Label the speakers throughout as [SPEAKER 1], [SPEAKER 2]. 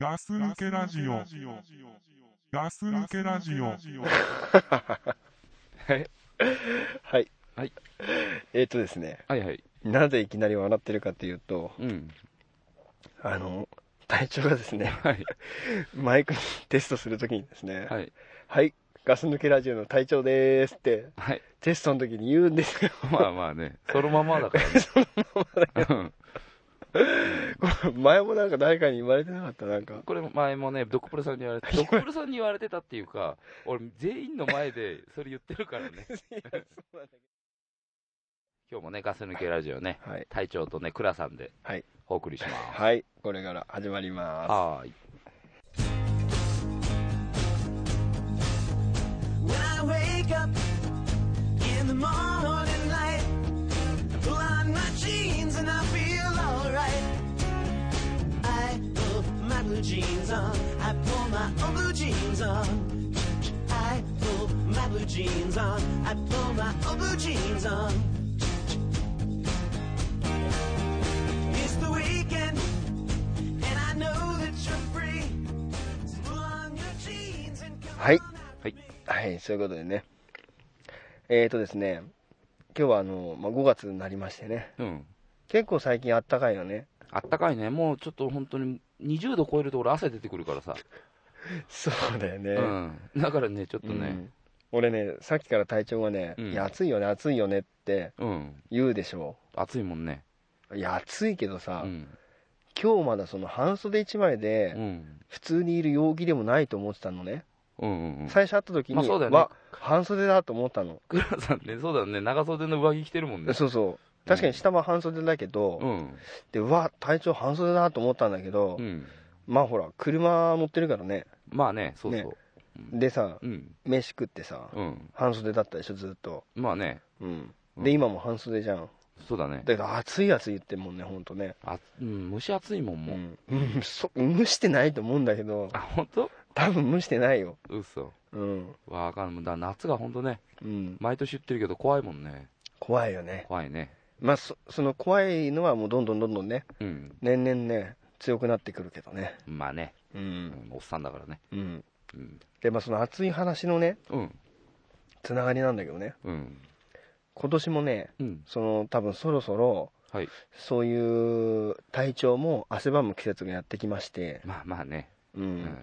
[SPEAKER 1] ガス抜けラジオ。ガス抜けラジオ。
[SPEAKER 2] はい。
[SPEAKER 3] はい。
[SPEAKER 2] はい。
[SPEAKER 3] えっ、とですね、
[SPEAKER 2] はいはい。
[SPEAKER 3] なぜいきなり笑ってるかっていうと、
[SPEAKER 2] うん。
[SPEAKER 3] あの、隊長がですね、
[SPEAKER 2] はい。
[SPEAKER 3] マイクテストするときにですね、
[SPEAKER 2] はい。
[SPEAKER 3] はい、ガス抜けラジオの隊長でーすって、
[SPEAKER 2] はい。
[SPEAKER 3] テストの時に言うんですよ。
[SPEAKER 2] まあまあね。 そのままだからね。うん
[SPEAKER 3] これ前もなんか誰かに言われてなかった、 なんか。
[SPEAKER 2] これ前もね、ドクプルさんに言われ て、ドクプルさんに言われてたっていうか、俺全員の前でそれ言ってるからね。今日もね、ガス抜けラジオね、
[SPEAKER 3] はい、
[SPEAKER 2] 隊長とね、クラさんで
[SPEAKER 3] はい、
[SPEAKER 2] お送りします。
[SPEAKER 3] はい、これから始まりま
[SPEAKER 2] はーい。
[SPEAKER 4] When I wake up in the morning light, I pull on my jeans and I feel alright. I put my blue jeans on, I pull my own blue jeans on. I pull my blue jeans on, I pull my own blue jeans on. It's the weekend, and I know that you're free. So pull on your jeans and come
[SPEAKER 3] はい。
[SPEAKER 4] on out.
[SPEAKER 2] はい。
[SPEAKER 3] す。はい、そういうことでね。えっ、ー、とですね、今日はあの、まあ、5月になりましてね、
[SPEAKER 2] うん。
[SPEAKER 3] 結構最近あったかいのね。
[SPEAKER 2] あったかいね。もうちょっと本当に20度超えると俺汗出てくるからさ。
[SPEAKER 3] そうだよね。
[SPEAKER 2] うん。だからね、ちょっと
[SPEAKER 3] う
[SPEAKER 2] ね。
[SPEAKER 3] ん俺ねさっきから隊長がね、
[SPEAKER 2] うん
[SPEAKER 3] いや暑いよね暑いよねって
[SPEAKER 2] うん。
[SPEAKER 3] 言うでしょ
[SPEAKER 2] 暑いもんね。
[SPEAKER 3] いや暑いけど
[SPEAKER 2] う
[SPEAKER 3] さ、
[SPEAKER 2] ん。
[SPEAKER 3] 今日まだその半袖一枚
[SPEAKER 2] う
[SPEAKER 3] で
[SPEAKER 2] ん。
[SPEAKER 3] 普通にいる陽気でもないと思ってたのね、
[SPEAKER 2] うんうんうん。
[SPEAKER 3] 最初会った時に、
[SPEAKER 2] まあそうだよね
[SPEAKER 3] わ半袖だと思ったの、
[SPEAKER 2] クラさんね、そうだね、長袖の上着着てるもんね。
[SPEAKER 3] そうそう確かに下は半袖だけど、
[SPEAKER 2] うん。
[SPEAKER 3] でうわ隊長半袖だと思ったんだけど、
[SPEAKER 2] うん。
[SPEAKER 3] まあほら車乗ってるからね
[SPEAKER 2] まあね、そうそう。
[SPEAKER 3] でさ
[SPEAKER 2] うん。
[SPEAKER 3] 飯食ってさ、
[SPEAKER 2] うん。
[SPEAKER 3] 半袖だったでしょずっと
[SPEAKER 2] まあね、
[SPEAKER 3] うん
[SPEAKER 2] うん
[SPEAKER 3] で今も半袖じゃん
[SPEAKER 2] そうだね。
[SPEAKER 3] だけど暑い暑い言ってんもんねほんとね
[SPEAKER 2] あうん、蒸し暑いもん、もう。
[SPEAKER 3] うん、そ蒸してないと思うんだけど
[SPEAKER 2] あ、ほんと
[SPEAKER 3] 多分蒸してないよ
[SPEAKER 2] 嘘。
[SPEAKER 3] うん、
[SPEAKER 2] わあかんない。だ夏がほんとね、
[SPEAKER 3] うん、
[SPEAKER 2] 毎年言ってるけど怖いもんね。
[SPEAKER 3] 怖いよね
[SPEAKER 2] 怖いね。
[SPEAKER 3] まあそその怖いのはもうどんどんどんどんね
[SPEAKER 2] うん。
[SPEAKER 3] 年々ね強くなってくるけどね
[SPEAKER 2] まあね、
[SPEAKER 3] う
[SPEAKER 2] うんん、おっさんだからね。
[SPEAKER 3] うん
[SPEAKER 2] うん。
[SPEAKER 3] でまあその熱い話のね
[SPEAKER 2] うん。
[SPEAKER 3] つながりなんだけどね
[SPEAKER 2] うん。
[SPEAKER 3] 今年もね
[SPEAKER 2] うん。
[SPEAKER 3] その多分そろそろ
[SPEAKER 2] はい。
[SPEAKER 3] そういう体調も汗ばむ季節がやってきまして、
[SPEAKER 2] まあまあね。
[SPEAKER 3] うん
[SPEAKER 2] うん。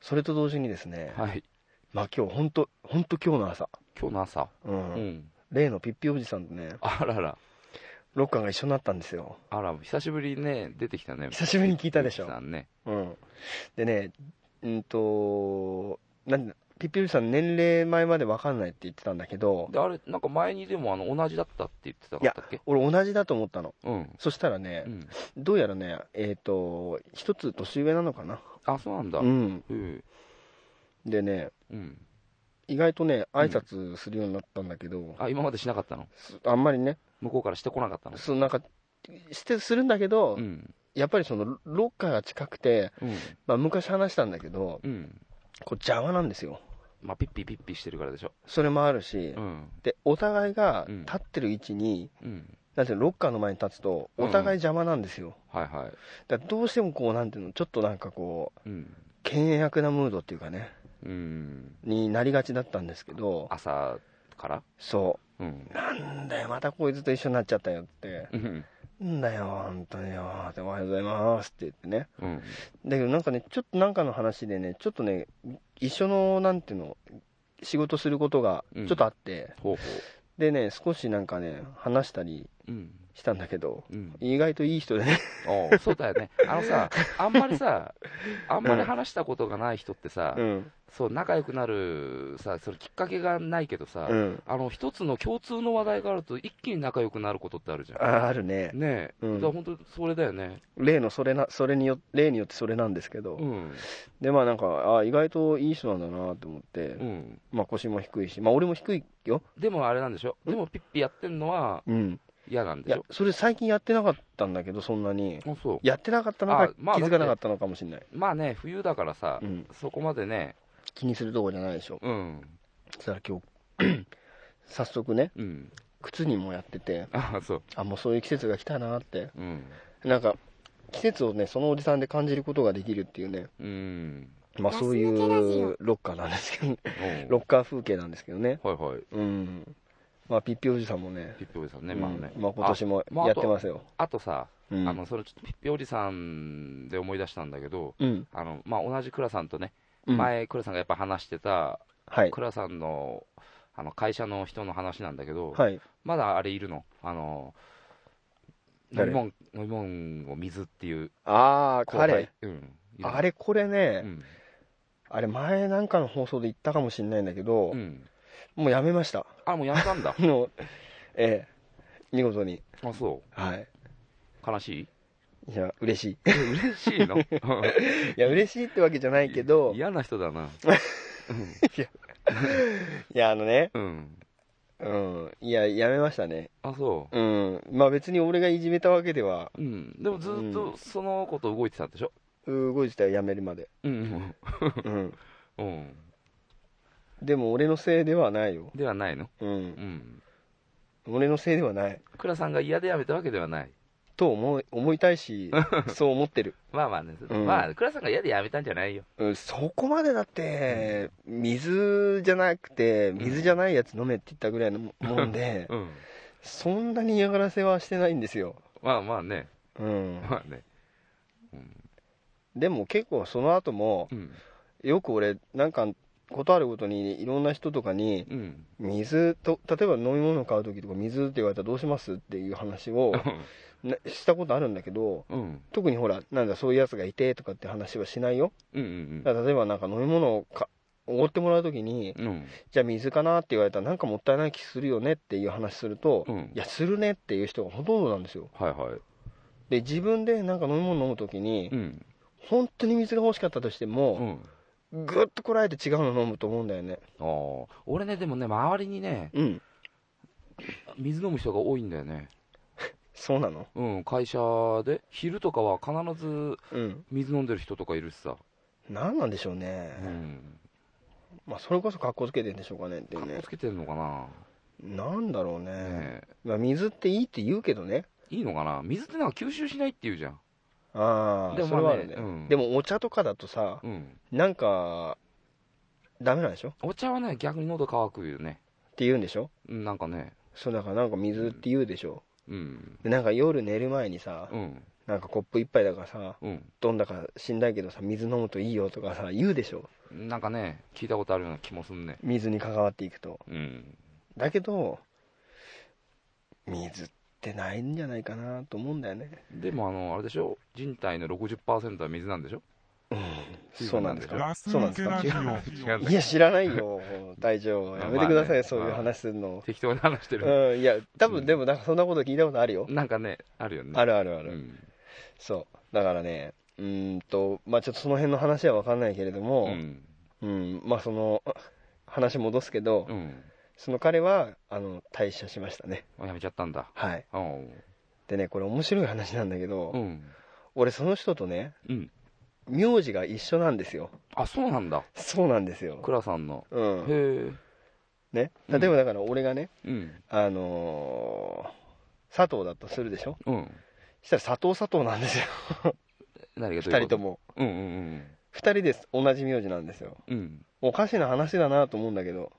[SPEAKER 3] それと同時にですね、
[SPEAKER 2] はい。
[SPEAKER 3] まあ今日本当本当今日の朝、
[SPEAKER 2] 今日の朝。
[SPEAKER 3] う
[SPEAKER 2] うんん。
[SPEAKER 3] 例のピッピおじさんとね
[SPEAKER 2] あらら。
[SPEAKER 3] ロッカーが一緒になったんですよ
[SPEAKER 2] あら、久しぶりにね、出てきたね。
[SPEAKER 3] 久しぶりに聞いたでし
[SPEAKER 2] ゆき
[SPEAKER 3] ょ
[SPEAKER 2] さ、んね。
[SPEAKER 3] うん、でねうんとなんピッピルさん年齢前まで分かんないって言ってたんだけど
[SPEAKER 2] で、あれ、なんか前にでもあの同じだったって言ってたかったっけ
[SPEAKER 3] 俺同じだと思ったの
[SPEAKER 2] うん。
[SPEAKER 3] そしたらね
[SPEAKER 2] う、ん。
[SPEAKER 3] どうやらねえっ、と一つ年上なのかな
[SPEAKER 2] あ、そうなんだ。
[SPEAKER 3] う。ん
[SPEAKER 2] うん。
[SPEAKER 3] でね
[SPEAKER 2] うん。
[SPEAKER 3] 意外とね挨拶するようになったんだけど、
[SPEAKER 2] あ、今までしなかったの
[SPEAKER 3] すあんまりね
[SPEAKER 2] 向こうからしてこなかったの
[SPEAKER 3] そのなんかしてするんだけど、
[SPEAKER 2] うん。
[SPEAKER 3] やっぱりそのロッカーが近くて、
[SPEAKER 2] うん。
[SPEAKER 3] まあ、昔話したんだけど
[SPEAKER 2] うん。
[SPEAKER 3] こう邪魔なんですよ
[SPEAKER 2] まあ、ピッピピッピしてるからでしょ。
[SPEAKER 3] それもあるし、
[SPEAKER 2] うん。
[SPEAKER 3] でお互いが
[SPEAKER 2] うん
[SPEAKER 3] 立ってる位置に、
[SPEAKER 2] うん。
[SPEAKER 3] なんていうのロッカーの前に立つとお互い邪魔なんですよ、
[SPEAKER 2] はいはい。
[SPEAKER 3] だからどうしてもこうなんていうのちょっとなんかこう
[SPEAKER 2] うん。
[SPEAKER 3] 険悪なムードっていうかね
[SPEAKER 2] うん。
[SPEAKER 3] になりがちだったんですけど
[SPEAKER 2] 朝から
[SPEAKER 3] そ
[SPEAKER 2] うん
[SPEAKER 3] う。なんだよまたこいつと一緒になっちゃったよって
[SPEAKER 2] うん。
[SPEAKER 3] なんだよ本当によっておはようございますって言ってね
[SPEAKER 2] うん。
[SPEAKER 3] だけどなんかねちょっとなんかの話でねちょっとね一緒のなんていうの仕事することがちょっとあって、
[SPEAKER 2] ほうほ
[SPEAKER 3] でね少しなんかね話したり
[SPEAKER 2] う。うん。
[SPEAKER 3] したんだけど
[SPEAKER 2] うん。
[SPEAKER 3] 意外といい人でね
[SPEAKER 2] おうそうだよね。あのさ、あんまりさ、あんまり話したことがない人ってさ、
[SPEAKER 3] ん
[SPEAKER 2] そう、仲良くなるさ、それきっかけがないけどさ、
[SPEAKER 3] うん
[SPEAKER 2] あの、一つの共通の話題があると一気に仲良くなることってあるじゃん。
[SPEAKER 3] ああるね、
[SPEAKER 2] ねえ、
[SPEAKER 3] うん
[SPEAKER 2] だから本当それだよね。
[SPEAKER 3] 例のそれなそれによ例によってそれなんですけど、
[SPEAKER 2] うん。
[SPEAKER 3] でまあなんかあ意外といい人なんだなと思って、
[SPEAKER 2] うん。
[SPEAKER 3] まあ腰も低いしまあ俺も低いよ
[SPEAKER 2] でもあれなんでしょでもピッピやってんのは
[SPEAKER 3] うん
[SPEAKER 2] 嫌なん
[SPEAKER 3] い
[SPEAKER 2] でし
[SPEAKER 3] や
[SPEAKER 2] ょ
[SPEAKER 3] それ最近やってなかったんだけどそんなに
[SPEAKER 2] あ、そう。
[SPEAKER 3] やってなかったのが
[SPEAKER 2] あまあ
[SPEAKER 3] 気づかなかったのかもしれない、
[SPEAKER 2] まあね、冬だからさ、
[SPEAKER 3] うん、
[SPEAKER 2] そこまでね、
[SPEAKER 3] 気にするとこじゃないでしょ
[SPEAKER 2] うん。
[SPEAKER 3] そしたら今日 早速ね
[SPEAKER 2] うん。
[SPEAKER 3] 靴にもやってて
[SPEAKER 2] あそう。
[SPEAKER 3] あもうそういう季節が来たなって
[SPEAKER 2] うん。
[SPEAKER 3] なんか季節をね、そのおじさんで感じることができるっていうね、
[SPEAKER 2] うん。
[SPEAKER 3] まあ
[SPEAKER 5] ガス
[SPEAKER 3] そうい
[SPEAKER 5] 抜けラジオ
[SPEAKER 3] うロッカーなんですけどね、ロ
[SPEAKER 2] おう
[SPEAKER 3] ッカー風景なんですけどね。
[SPEAKER 2] はいはい。
[SPEAKER 3] うん。まあ、ピッピおじさんもね、
[SPEAKER 2] ピッピおじさんね、まあね
[SPEAKER 3] う。んまあ今年もやってますよ。
[SPEAKER 2] あとさ、
[SPEAKER 3] うん
[SPEAKER 2] あの、それちょっとピッピおじさんで思い出したんだけど、
[SPEAKER 3] うん。
[SPEAKER 2] あの、まあ、同じ倉さんとね、
[SPEAKER 3] うん、
[SPEAKER 2] 前、倉さんがやっぱ話してた、
[SPEAKER 3] はい。
[SPEAKER 2] 倉さんの、あの、会社の人の話なんだけど、
[SPEAKER 3] はい。
[SPEAKER 2] まだあれいるのあの、飲み
[SPEAKER 3] 誰
[SPEAKER 2] 物、飲み物を水っていう
[SPEAKER 3] ああ、
[SPEAKER 2] 後輩
[SPEAKER 3] 彼。
[SPEAKER 2] うん。
[SPEAKER 3] あれ、これ
[SPEAKER 2] れ
[SPEAKER 3] ね、
[SPEAKER 2] うん。
[SPEAKER 3] あれ前なんかの放送で言ったかもしれないんだけど、
[SPEAKER 2] うん。
[SPEAKER 3] もうやめました。
[SPEAKER 2] あ、もうやめたんだ
[SPEAKER 3] あ。の、ええ、見事に。
[SPEAKER 2] あ、そ
[SPEAKER 3] はい。
[SPEAKER 2] う。悲しい
[SPEAKER 3] い や、嬉し
[SPEAKER 2] え嬉しいの
[SPEAKER 3] い。いや、嬉しいってわけじゃないけど、いや、
[SPEAKER 2] 嫌な人だな。
[SPEAKER 3] あのね、
[SPEAKER 2] うん。
[SPEAKER 3] うん、いや、やめましたね。
[SPEAKER 2] あ、そ
[SPEAKER 3] うん。まあ別に俺がいじめたわけでは、
[SPEAKER 2] う。うん。でもずっとその子と動いてたんでしょ
[SPEAKER 3] 動いてたよ、やめるまで。
[SPEAKER 2] うん。
[SPEAKER 3] うん。
[SPEAKER 2] うん。
[SPEAKER 3] でも俺のせいではないよ。
[SPEAKER 2] ではないの
[SPEAKER 3] う。
[SPEAKER 2] うんん。
[SPEAKER 3] 俺のせいではない。
[SPEAKER 2] 倉さんが嫌でやめたわけではない。
[SPEAKER 3] と思い、思いたいし、そう思ってる。
[SPEAKER 2] まあまあね。
[SPEAKER 3] うん
[SPEAKER 2] まあ、倉さんが嫌でやめたんじゃないよ。
[SPEAKER 3] うん、そこまでだって、水じゃなくて、水じゃないやつ飲めって言ったぐらいのももん で、
[SPEAKER 2] うん。
[SPEAKER 3] そんなに嫌がらせはしてないんですよ。
[SPEAKER 2] まあまあね。
[SPEAKER 3] うん。
[SPEAKER 2] まあね。うん。
[SPEAKER 3] でも結構その後も
[SPEAKER 2] う、ん。
[SPEAKER 3] よく俺、なんか、ことあるごとに、いろんな人とかに、
[SPEAKER 2] うん。
[SPEAKER 3] 水と、例えば飲み物買うときとか、水って言われたらどうしますっていう話 をなしたことあるんだけど、
[SPEAKER 2] うん。
[SPEAKER 3] 特にほら、なんだ、そういうやつがいてとかって話はしないよ。
[SPEAKER 2] うんうん
[SPEAKER 3] だから例えばなんか飲み物をかおごってもらうときに、
[SPEAKER 2] うん。うん。
[SPEAKER 3] じゃあ水かなって言われたら、なんかもったいない気するよねっていう話すると、
[SPEAKER 2] うん
[SPEAKER 3] いや、するねっていう人がほとんどなんですよ。
[SPEAKER 2] はいはい。
[SPEAKER 3] で、自分でなんか飲み物飲むときに、
[SPEAKER 2] うん。
[SPEAKER 3] 本当に水が欲しかったとして
[SPEAKER 2] う
[SPEAKER 3] も、
[SPEAKER 2] ん。
[SPEAKER 3] ぐっとこらえて違うの飲むと思うんだよね。
[SPEAKER 2] ああ。俺ね、でもね、周りにね、
[SPEAKER 3] うん。
[SPEAKER 2] 水飲む人が多いんだよね。
[SPEAKER 3] そうなの
[SPEAKER 2] うん、会社で。昼とかは必ず
[SPEAKER 3] うん。
[SPEAKER 2] 水飲んでる人とかいるしさ。
[SPEAKER 3] なんなんでしょうね
[SPEAKER 2] う。ん。
[SPEAKER 3] まあ、それこそ格好つけてんでしょうかねってい
[SPEAKER 2] か
[SPEAKER 3] う
[SPEAKER 2] っ
[SPEAKER 3] ね
[SPEAKER 2] こつ。けてんのかな
[SPEAKER 3] なんだろうね。
[SPEAKER 2] ねえ
[SPEAKER 3] まあ、水っていいって言うけどね。
[SPEAKER 2] いいのかな水ってなんか吸収しないって言うじゃん。
[SPEAKER 3] ああ、
[SPEAKER 2] でも
[SPEAKER 3] そ
[SPEAKER 2] まあ
[SPEAKER 3] れ
[SPEAKER 2] ね
[SPEAKER 3] はあるね。
[SPEAKER 2] うん
[SPEAKER 3] でも、お茶とかだとさ、
[SPEAKER 2] うん。
[SPEAKER 3] なんか、ダメなんでしょっ
[SPEAKER 2] お茶はね、逆に喉乾くよね。
[SPEAKER 3] て言うんでしょ
[SPEAKER 2] うんなんかね。
[SPEAKER 3] そう、だからなんか水って言うでしょ。
[SPEAKER 2] うん。
[SPEAKER 3] でなんか夜寝る前にさ、
[SPEAKER 2] うん。
[SPEAKER 3] なんかコップ一杯だからさ、
[SPEAKER 2] うん。
[SPEAKER 3] どんだか死んだけどさ、水飲むといいよとかさ、言うでしょ、
[SPEAKER 2] なんかね、聞いたことあるような気もすんね。
[SPEAKER 3] 水に関わっていくと。
[SPEAKER 2] うん。
[SPEAKER 3] だけど、水ってないんじゃないかなと思うんだよね。
[SPEAKER 2] でもあの、あれでしょ人体の60%は水なんでしょ
[SPEAKER 3] そうなんですか
[SPEAKER 1] ガス
[SPEAKER 3] そうなん
[SPEAKER 1] 抜
[SPEAKER 3] で
[SPEAKER 1] け
[SPEAKER 3] すか
[SPEAKER 1] ラジ
[SPEAKER 2] 違うんだ
[SPEAKER 1] オ。
[SPEAKER 3] いや、知らないよ、大丈夫。やめてください、
[SPEAKER 2] まあね
[SPEAKER 3] そういう話するの。
[SPEAKER 2] 適当に話してる。
[SPEAKER 3] うん、いや、多分でも、なんかそんなこと聞いたことあるよ。
[SPEAKER 2] なんかね、あるよね。
[SPEAKER 3] あるあるあ
[SPEAKER 2] う
[SPEAKER 3] る。
[SPEAKER 2] ん。
[SPEAKER 3] そう。だからね、うーんと、まあちょっとその辺の話は分かんないけれども、
[SPEAKER 2] うん。
[SPEAKER 3] うん、まあその、話戻すけど、
[SPEAKER 2] うん。
[SPEAKER 3] その彼は、あの、退社しましたね。
[SPEAKER 2] あやめちゃったんだ。
[SPEAKER 3] はい。
[SPEAKER 2] うん。
[SPEAKER 3] でね、これ面白い話なんだけど、
[SPEAKER 2] うん。
[SPEAKER 3] 俺その人とね、
[SPEAKER 2] うん。
[SPEAKER 3] 名字が一緒なんですよ。
[SPEAKER 2] あ、そうなんだ。
[SPEAKER 3] そうなんですよ。
[SPEAKER 2] 倉さんの。
[SPEAKER 3] う
[SPEAKER 2] へ
[SPEAKER 3] ん。
[SPEAKER 2] え。
[SPEAKER 3] ね。
[SPEAKER 2] うん
[SPEAKER 3] 例えばだから俺がね、
[SPEAKER 2] うん。
[SPEAKER 3] あのー佐藤だとするでしょ
[SPEAKER 2] うん。
[SPEAKER 3] したら佐藤佐藤なんですよ。
[SPEAKER 2] 何がどう
[SPEAKER 3] 二
[SPEAKER 2] いう
[SPEAKER 3] 人
[SPEAKER 2] こと
[SPEAKER 3] とも。
[SPEAKER 2] うんうん
[SPEAKER 3] 二人です。同じ名字なんですよ。
[SPEAKER 2] うん。うん。
[SPEAKER 3] おかしな話だなと思うんだけど、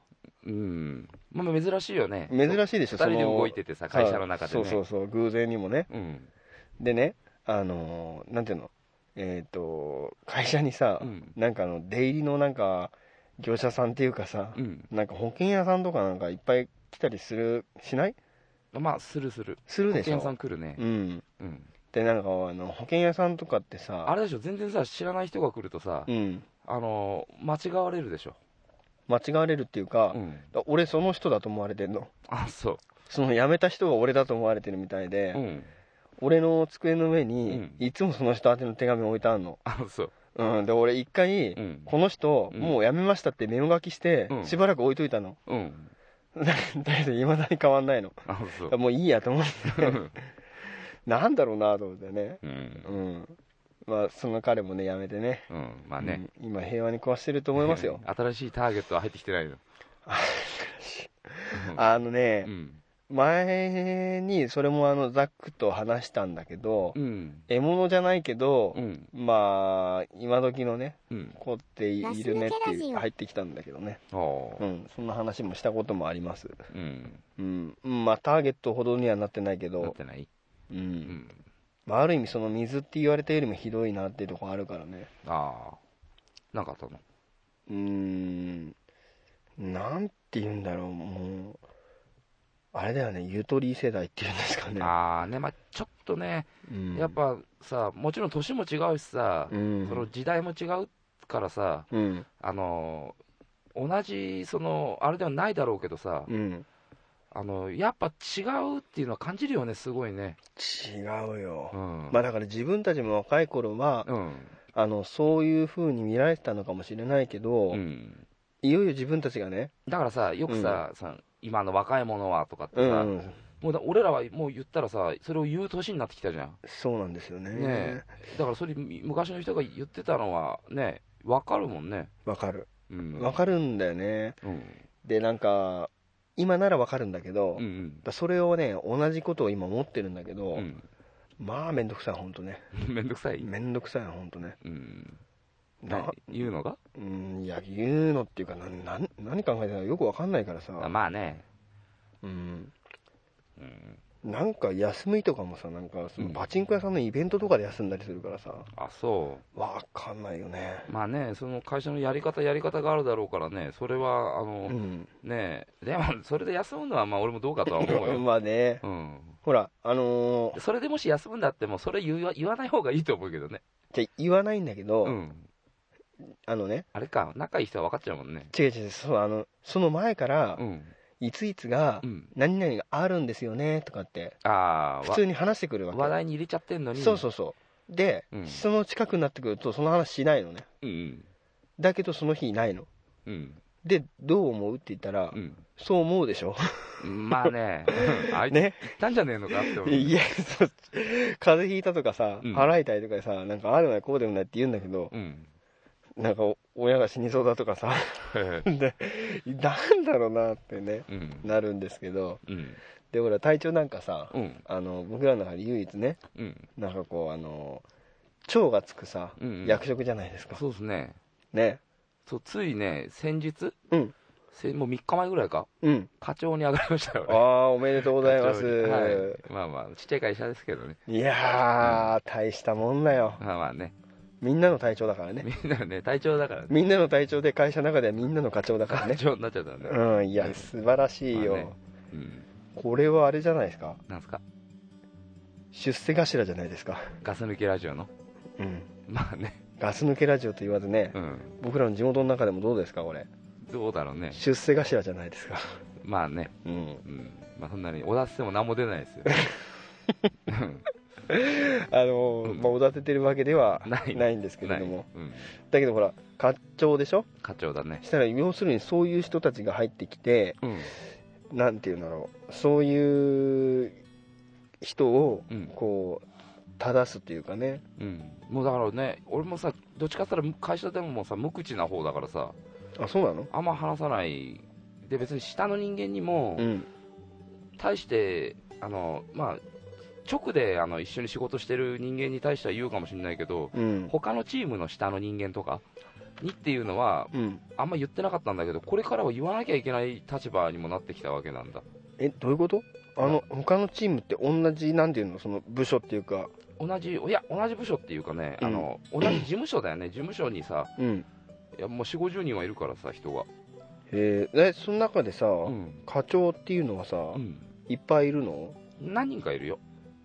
[SPEAKER 2] うん。まあ珍しいよね。
[SPEAKER 3] 珍しいでし
[SPEAKER 2] 二
[SPEAKER 3] ょ、
[SPEAKER 2] 人
[SPEAKER 3] そ
[SPEAKER 2] で
[SPEAKER 3] の
[SPEAKER 2] 動いててさ、会社の中でね。
[SPEAKER 3] そうそうそう、偶然にもね。
[SPEAKER 2] うん。
[SPEAKER 3] でね、あのーなんていうの、えっ、と、会社にさ、
[SPEAKER 2] うん
[SPEAKER 3] なんかあの、出入りのなんか、業者さんっていうかさ、
[SPEAKER 2] うん。
[SPEAKER 3] なんか保険屋さんとかなんかいっぱい来たりする、しない
[SPEAKER 2] まあ、するする。
[SPEAKER 3] するでし
[SPEAKER 2] 保険屋さん
[SPEAKER 3] ょ。
[SPEAKER 2] 来るね
[SPEAKER 3] う。ん。
[SPEAKER 2] うん。
[SPEAKER 3] で、なんかあの、保険屋さんとかってさ、
[SPEAKER 2] あれでしょ、全然さ、知らない人が来るとさ
[SPEAKER 3] う、ん、
[SPEAKER 2] あの、間違われるでしょ。
[SPEAKER 3] 間違われるっていうか、
[SPEAKER 2] うん。
[SPEAKER 3] 俺その人だと思われてんの。
[SPEAKER 2] あ、そ
[SPEAKER 3] その辞めた人が俺だと思われてるみたいで、
[SPEAKER 2] う。うん。
[SPEAKER 3] 俺の机の上に、
[SPEAKER 2] うん
[SPEAKER 3] いつもその人宛ての手紙置いてあるの。
[SPEAKER 2] あ、そう。
[SPEAKER 3] うん、で、俺一回、
[SPEAKER 2] うん。
[SPEAKER 3] この人、
[SPEAKER 2] うん
[SPEAKER 3] もう辞めましたってメモ書きして、
[SPEAKER 2] うん
[SPEAKER 3] しばらく置いといたの。
[SPEAKER 2] うん。
[SPEAKER 3] だけど、いまだに変わんないの。
[SPEAKER 2] あ、そう。
[SPEAKER 3] もういいやと思って、 なんだろうなと思ってね。
[SPEAKER 2] う
[SPEAKER 3] う。
[SPEAKER 2] ん
[SPEAKER 3] ん。まあ、その彼もね、辞めてね。
[SPEAKER 2] うん。まあね。
[SPEAKER 3] うん今、平和に暮らしてると思いますよ。
[SPEAKER 2] 新しいターゲットは入ってきてないの。
[SPEAKER 3] あの
[SPEAKER 2] う
[SPEAKER 3] ね、
[SPEAKER 2] ん。
[SPEAKER 3] 前に、それもあの、ザックと話したんだけど、
[SPEAKER 2] うん。
[SPEAKER 3] 獲物じゃないけど
[SPEAKER 2] う、ん。
[SPEAKER 3] まあ、今時のね、
[SPEAKER 2] うん。
[SPEAKER 3] 凝っているねって
[SPEAKER 5] ラス抜けラ
[SPEAKER 3] い
[SPEAKER 5] ジ
[SPEAKER 3] う、
[SPEAKER 5] オ
[SPEAKER 3] 入ってきたんだけどね。
[SPEAKER 2] ああ
[SPEAKER 3] う。ん、そんな話もしたこともあります。
[SPEAKER 2] うん。
[SPEAKER 3] うん、まあ、ターゲットほどにはなってないけ
[SPEAKER 2] なっ
[SPEAKER 3] ど、
[SPEAKER 2] てない
[SPEAKER 3] うん、
[SPEAKER 2] うん。
[SPEAKER 3] まあ、ある意味、その水って言われたよりもひどいなっていうところあるからね。
[SPEAKER 2] ああ。なんかあったの
[SPEAKER 3] うーん、なんて言うんだろう、もう、あれだよね、ゆとり世代っていうんですかね。
[SPEAKER 2] ああね、まあちょっとね、
[SPEAKER 3] うん
[SPEAKER 2] やっ、ぱさ、もちろん年も違うしさ、
[SPEAKER 3] うん、
[SPEAKER 2] その時代も違うからさ、
[SPEAKER 3] うん、
[SPEAKER 2] あのー同じ、その、あれではないだろうけどさ、
[SPEAKER 3] うん、
[SPEAKER 2] あのやっぱ違うっていうのは感じるよね、すごいね。
[SPEAKER 3] 違うよ
[SPEAKER 2] う。ん。
[SPEAKER 3] まあだから自分たちも若い頃は、
[SPEAKER 2] うん。
[SPEAKER 3] あのそういう風に見られてたのかもしれないけど、
[SPEAKER 2] うん。
[SPEAKER 3] いよいよ自分たちがね、
[SPEAKER 2] だからさ、よくさ、さ今の若い者はとかって
[SPEAKER 3] う
[SPEAKER 2] さ、
[SPEAKER 3] ん、
[SPEAKER 2] もうだ俺らはもう言ったらさ、それを言う年になってきたじゃん。
[SPEAKER 3] そうなんですよね。
[SPEAKER 2] ねだからそれ、み昔の人が言ってたのは、ね、わかるもんね。
[SPEAKER 3] わかる。
[SPEAKER 2] うん。
[SPEAKER 3] わかるんだよね。
[SPEAKER 2] うん。
[SPEAKER 3] で、なんか、今ならわかるんだけど、
[SPEAKER 2] うんうん。
[SPEAKER 3] だそれをね、同じことを今持ってるんだけど、
[SPEAKER 2] うん。
[SPEAKER 3] まあめんどくさい、ほんとね。
[SPEAKER 2] めんどくさい。
[SPEAKER 3] めんどくさい、ほんとね。
[SPEAKER 2] うん。
[SPEAKER 3] な
[SPEAKER 2] な、言うのが
[SPEAKER 3] うん、いや、言うのっていうか、な、なん何考えてたかよくわかんないから
[SPEAKER 2] あ
[SPEAKER 3] さ、
[SPEAKER 2] まあね。
[SPEAKER 3] うん、
[SPEAKER 2] うん。
[SPEAKER 3] なんか休みとかもさ、なんかその
[SPEAKER 2] うん
[SPEAKER 3] パチンコ屋さんのイベントとかで休んだりするからさ、
[SPEAKER 2] あ、そ
[SPEAKER 3] わかんないよね。
[SPEAKER 2] う。まあね、その会社のやり方、やり方があるだろうからね、それは、あの
[SPEAKER 3] う、ん。
[SPEAKER 2] ねえ、でも、それで休むのは、まあ、俺もどうかとは思う よ。
[SPEAKER 3] まあね、
[SPEAKER 2] うん。
[SPEAKER 3] ほら、あのー
[SPEAKER 2] それでもし休むんだって、もうそれ言わ言わない方がいいと思うけどね。
[SPEAKER 3] じゃ言わないんだけど、
[SPEAKER 2] うん。
[SPEAKER 3] あのね、
[SPEAKER 2] あれか、仲いい人は分かっちゃうもんね。
[SPEAKER 3] 違う違う、そう、あの、その前から
[SPEAKER 2] う、ん。
[SPEAKER 3] いついつが
[SPEAKER 2] う、ん。
[SPEAKER 3] 何々があるんですよね、とかって、
[SPEAKER 2] ああ、
[SPEAKER 3] 普
[SPEAKER 2] わ
[SPEAKER 3] 通に話してくるわけ。
[SPEAKER 2] 話題に入れちゃってんのに。
[SPEAKER 3] そうそうそう。で、
[SPEAKER 2] うん
[SPEAKER 3] その近くになってくると、その話しないのね。
[SPEAKER 2] う。うん。
[SPEAKER 3] だけど、その日いないの。
[SPEAKER 2] うん。
[SPEAKER 3] で、どう思うって言ったら、
[SPEAKER 2] うん。
[SPEAKER 3] そう思うでしょ。
[SPEAKER 2] うんま あね、うんあいつ行
[SPEAKER 3] ね。
[SPEAKER 2] ったんじゃねえのかって思う。
[SPEAKER 3] いや、そう、風邪ひいたとかさ、
[SPEAKER 2] うん
[SPEAKER 3] 払いたいとかでさ、なんかああでもない、こうでもないって言うんだけど、
[SPEAKER 2] うん。
[SPEAKER 3] なんかお親が死にそうだとかさ、 で、なんだろうなってね、
[SPEAKER 2] うん。
[SPEAKER 3] なるんですけど、
[SPEAKER 2] うん。
[SPEAKER 3] で、ほら、体調なんかさ、
[SPEAKER 2] うん。
[SPEAKER 3] あの、僕らの中で唯一ね、
[SPEAKER 2] うん。
[SPEAKER 3] なんかこう、あの、腸がつくさ、
[SPEAKER 2] うんうん
[SPEAKER 3] 役職じゃないですか。
[SPEAKER 2] そうですね。
[SPEAKER 3] ね。
[SPEAKER 2] そう、ついね、先日、
[SPEAKER 3] うん
[SPEAKER 2] せもう3日前ぐらいか、
[SPEAKER 3] うん。
[SPEAKER 2] 課長に上がりましたよ、
[SPEAKER 3] あ
[SPEAKER 2] ね。
[SPEAKER 3] あ、おめでとうございます。
[SPEAKER 2] はい、まあまあ、ちっちゃい会社ですけどね。
[SPEAKER 3] いやー、大したもんだよ。
[SPEAKER 2] まあまあね、
[SPEAKER 3] みんなの隊長だからね。
[SPEAKER 2] みんなね、体調だからね。
[SPEAKER 3] みんなの隊長で会社の中ではみんなの課長だから
[SPEAKER 2] 課
[SPEAKER 3] ね。
[SPEAKER 2] 長になっちゃったんで。
[SPEAKER 3] うん、いや、素晴らしいよ。
[SPEAKER 2] まあねうん。
[SPEAKER 3] これはあれじゃないですか。
[SPEAKER 2] なんすか
[SPEAKER 3] 出世頭じゃないですか。
[SPEAKER 2] ガス抜けラジオの。
[SPEAKER 3] うん。
[SPEAKER 2] まあね、
[SPEAKER 3] ガス抜けラジオと言わずね、
[SPEAKER 2] うん。
[SPEAKER 3] 僕らの地元の中でもどうですか、これ。
[SPEAKER 2] どうだろうね。
[SPEAKER 3] 出世頭じゃないですか。
[SPEAKER 2] まあね、
[SPEAKER 3] うん。
[SPEAKER 2] うん。まあそんなに、お出せも何も出な いですよ。うん
[SPEAKER 3] あのー
[SPEAKER 2] うん
[SPEAKER 3] まあ、おだててるわけでは
[SPEAKER 2] ない
[SPEAKER 3] ないんですけれ
[SPEAKER 2] ない。
[SPEAKER 3] ども。
[SPEAKER 2] うん。
[SPEAKER 3] だけどほら、課長でしょ
[SPEAKER 2] 課長だね。
[SPEAKER 3] したら、要するにそういう人たちが入ってきて、
[SPEAKER 2] うん。
[SPEAKER 3] なんていうんだろう、そういう人を
[SPEAKER 2] うん、
[SPEAKER 3] こう、正すというかね。
[SPEAKER 2] うん。もうだからね、俺もさ、どっちかって言ったら会社でももうさ、無口な方だからさ、
[SPEAKER 3] あ、そうなの
[SPEAKER 2] あんま話さない。で、別に下の人間にも
[SPEAKER 3] う、ん。
[SPEAKER 2] 対して、あの、まあ、直であの一緒に仕事してる人間に対しては言うかもしれないけど、
[SPEAKER 3] うん。
[SPEAKER 2] 他のチームの下の人間とかにっていうのは、
[SPEAKER 3] うん。
[SPEAKER 2] あんま言ってなかったんだけど、これからは言わなきゃいけない立場にもなってきたわけなんだ。
[SPEAKER 3] えどういうことあの他のチームって同じなんていうのその部署っていうか
[SPEAKER 2] 同じ、いや、同じ部署っていうかね、あの、同じ事務所だよね、事務所にさ、
[SPEAKER 3] うん
[SPEAKER 2] いやもう4、50人はいるからさ、人が。
[SPEAKER 3] へええその中でさ、
[SPEAKER 2] うん。
[SPEAKER 3] 課長っていうのはさ、
[SPEAKER 2] うん。
[SPEAKER 3] いっぱいいるの
[SPEAKER 2] 何人かいるよ。